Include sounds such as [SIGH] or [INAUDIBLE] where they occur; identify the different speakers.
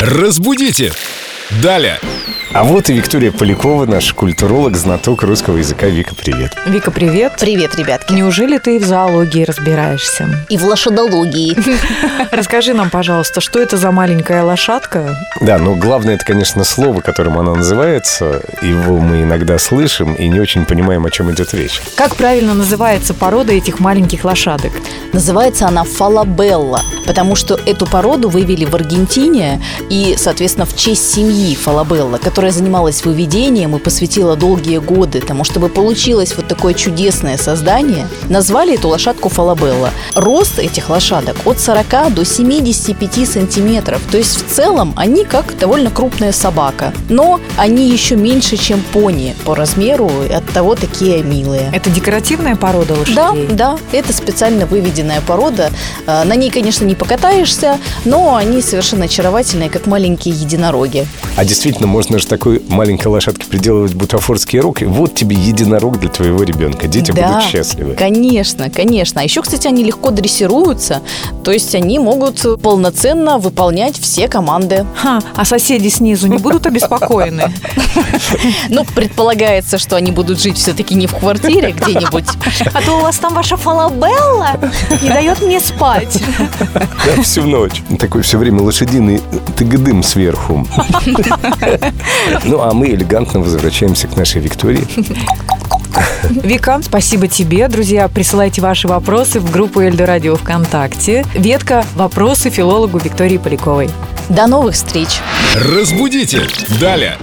Speaker 1: Разбудите! Далее!
Speaker 2: А вот и Виктория Полякова, наш культуролог, знаток русского языка. Вика, привет.
Speaker 3: Вика, привет.
Speaker 4: Привет, ребятки.
Speaker 3: Неужели ты и в зоологии разбираешься? [LAUGHS]
Speaker 4: И в лошадологии.
Speaker 3: Расскажи нам, пожалуйста, что это за маленькая лошадка?
Speaker 2: Да, но главное, это, конечно, слово, которым она называется. Его мы иногда слышим и не очень понимаем, о чем идет речь.
Speaker 3: Как правильно называется порода этих маленьких лошадок?
Speaker 4: Называется она фалабелла, потому что эту породу вывели в Аргентине и, соответственно, в честь семьи фалабелла, которая занималась выведением и посвятила долгие годы тому, чтобы получилось вот такое чудесное создание, назвали эту лошадку фалабелла. Рост этих лошадок от 40 до 75 сантиметров, то есть в целом они как довольно крупная собака, но они еще меньше, чем пони по размеру, и оттого такие милые.
Speaker 3: Это декоративная порода
Speaker 4: Да,
Speaker 3: лошадей?
Speaker 4: да, это специально выведенная порода. Э, На ней, конечно, не покатаешься, но они совершенно очаровательные, как маленькие единороги.
Speaker 2: А действительно, можно же такой маленькой лошадке приделывать бутафорский рог. И вот тебе единорог для твоего ребенка. Дети
Speaker 4: Да,
Speaker 2: будут счастливы.
Speaker 4: Конечно, конечно. А еще, кстати, они легко дрессируются, то есть они могут полноценно выполнять все команды.
Speaker 3: Ха, а соседи снизу не будут обеспокоены?
Speaker 4: Но Ну, предполагается, что они будут жить все-таки не в квартире
Speaker 2: [LAUGHS]
Speaker 4: где-нибудь.
Speaker 3: [LAUGHS] А то у вас там ваша фалабелла не дает мне спать.
Speaker 2: Да, всю ночь. Такой все время лошадиный тыгдым сверху. Ну, а мы элегантно возвращаемся к нашей Виктории.
Speaker 3: Вика, спасибо тебе. Друзья, присылайте ваши вопросы в группу Эльдо Радио ВКонтакте. Ветка «Вопросы филологу Виктории Поляковой».
Speaker 4: До новых встреч!
Speaker 1: Разбудите! Далее!